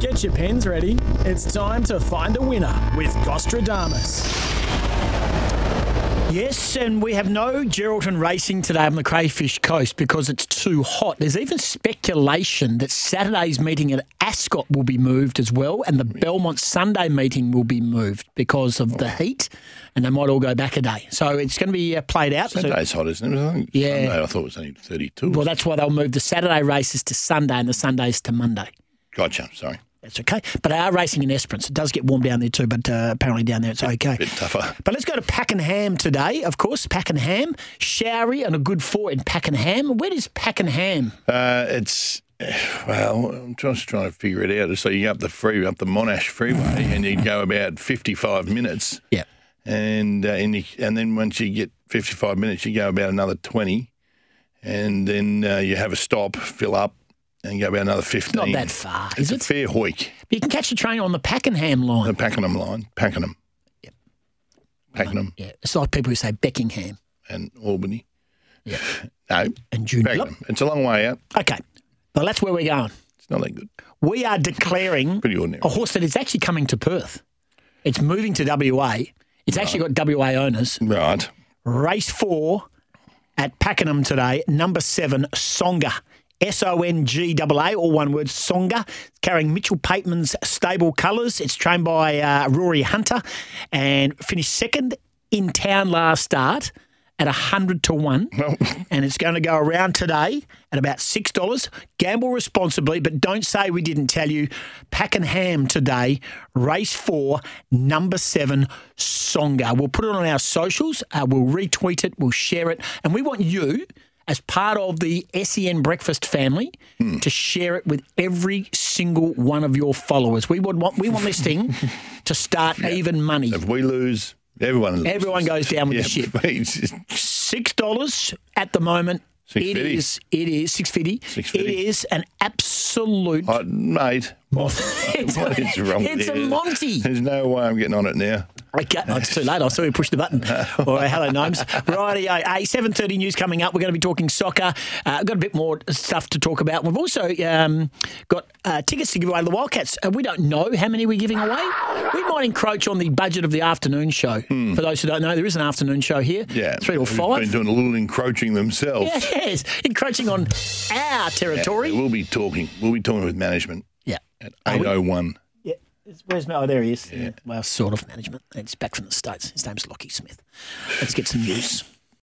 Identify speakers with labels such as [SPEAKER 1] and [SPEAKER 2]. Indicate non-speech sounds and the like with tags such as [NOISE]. [SPEAKER 1] Get your pens ready. It's time to find a winner with Gostradamus.
[SPEAKER 2] Yes, and we have no Geraldton racing today on the Crayfish Coast because it's too hot. There's even speculation that Saturday's meeting at Ascot will be moved as well, and the Belmont Sunday meeting will be moved because of the heat, and they might all go back a day. So it's going to be uh, played out. So-
[SPEAKER 3] Sunday's hot, isn't it? I think
[SPEAKER 2] Yeah.
[SPEAKER 3] Sunday, I thought it was only 32.
[SPEAKER 2] well, that's why they'll move the Saturday races to Sunday and the Sundays to Monday.
[SPEAKER 3] gotcha, sorry.
[SPEAKER 2] That's okay. But they are racing in Esperance. It does get warm down there too, but uh, apparently down there it's okay.
[SPEAKER 3] Bit tougher.
[SPEAKER 2] But let's go to Pakenham today, of course. Pakenham, showery and a good four in Pakenham. Where is Pakenham?
[SPEAKER 3] Uh, it's, well, I'm just trying to figure it out. So you go up the free, up the Monash Freeway and you go about 55 minutes.
[SPEAKER 2] Yeah.
[SPEAKER 3] and uh, and, you, and then once you get 55 minutes, you go about another 20, and then uh, you have a stop, fill up, and go about another 15.
[SPEAKER 2] Not that far, is
[SPEAKER 3] It's a
[SPEAKER 2] it?
[SPEAKER 3] fair hoik,
[SPEAKER 2] You can catch the train on the Pakenham line.
[SPEAKER 3] the Pakenham line, Pakenham, Pakenham
[SPEAKER 2] Yeah, it's like people who say Beckingham
[SPEAKER 3] and Albany.
[SPEAKER 2] Yeah.
[SPEAKER 3] no,
[SPEAKER 2] and Joondalup.
[SPEAKER 3] Pakenham. It's a long way out.
[SPEAKER 2] Okay, well that's where we're going.
[SPEAKER 3] It's not that good.
[SPEAKER 2] We are declaring
[SPEAKER 3] Pretty ordinary.
[SPEAKER 2] a horse that is actually coming to Perth. It's moving to WA. It's actually got WA owners.
[SPEAKER 3] Right.
[SPEAKER 2] Race four at Pakenham today, number seven, Songa. S O N G double A, all one word, Songa, carrying Mitchell Pateman's stable colours. It's trained by uh, Rory Hunter and finished second in town last start at 100 to 1.
[SPEAKER 3] Well,
[SPEAKER 2] And it's going to go around today at about $6. Gamble responsibly, but don't say we didn't tell you. Pakenham today, race four, number seven, Songa. We'll put it on our socials. Uh, we'll retweet it. We'll share it. And we want you, as part of the SEN Breakfast family, to share it with every single one of your followers. We would want we want this thing to start even money.
[SPEAKER 3] if we lose, everyone loses.
[SPEAKER 2] Everyone goes down with the ship
[SPEAKER 3] ship.
[SPEAKER 2] six dollars at the moment. It
[SPEAKER 3] $6.50.
[SPEAKER 2] is. It is six fifty.
[SPEAKER 3] $6.50.
[SPEAKER 2] It is an absolute. [LAUGHS]
[SPEAKER 3] I, mate, what,
[SPEAKER 2] It's-
[SPEAKER 3] what is wrong with
[SPEAKER 2] it's a
[SPEAKER 3] you?
[SPEAKER 2] Monty.
[SPEAKER 3] There's no way I'm getting on it now.
[SPEAKER 2] Okay, oh, it's too late. I saw you push the
[SPEAKER 3] [LAUGHS]
[SPEAKER 2] button. All right, hello, gnomes. Righty, a seven thirty news coming up. We're going to be talking soccer. Uh, got a bit more stuff to talk about. We've also um, got uh, tickets to give away to the Wildcats. Uh, we don't know how many we're giving away. We might encroach on the budget of the afternoon show. For those who don't know, there is an afternoon show here.
[SPEAKER 3] Hmm. Yeah.
[SPEAKER 2] three or
[SPEAKER 3] who've Been
[SPEAKER 2] five.
[SPEAKER 3] doing a little encroaching themselves.
[SPEAKER 2] [LAUGHS] Yes, encroaching on our territory.
[SPEAKER 3] We'll be talking. We'll be talking with management
[SPEAKER 2] Yeah.
[SPEAKER 3] at
[SPEAKER 2] Are we?
[SPEAKER 3] 801.
[SPEAKER 2] Yeah. It's- Where's Mel? Oh, there he is. Well, sort of management. It's back from the States. His name's Lockie Smith. Let's get some news.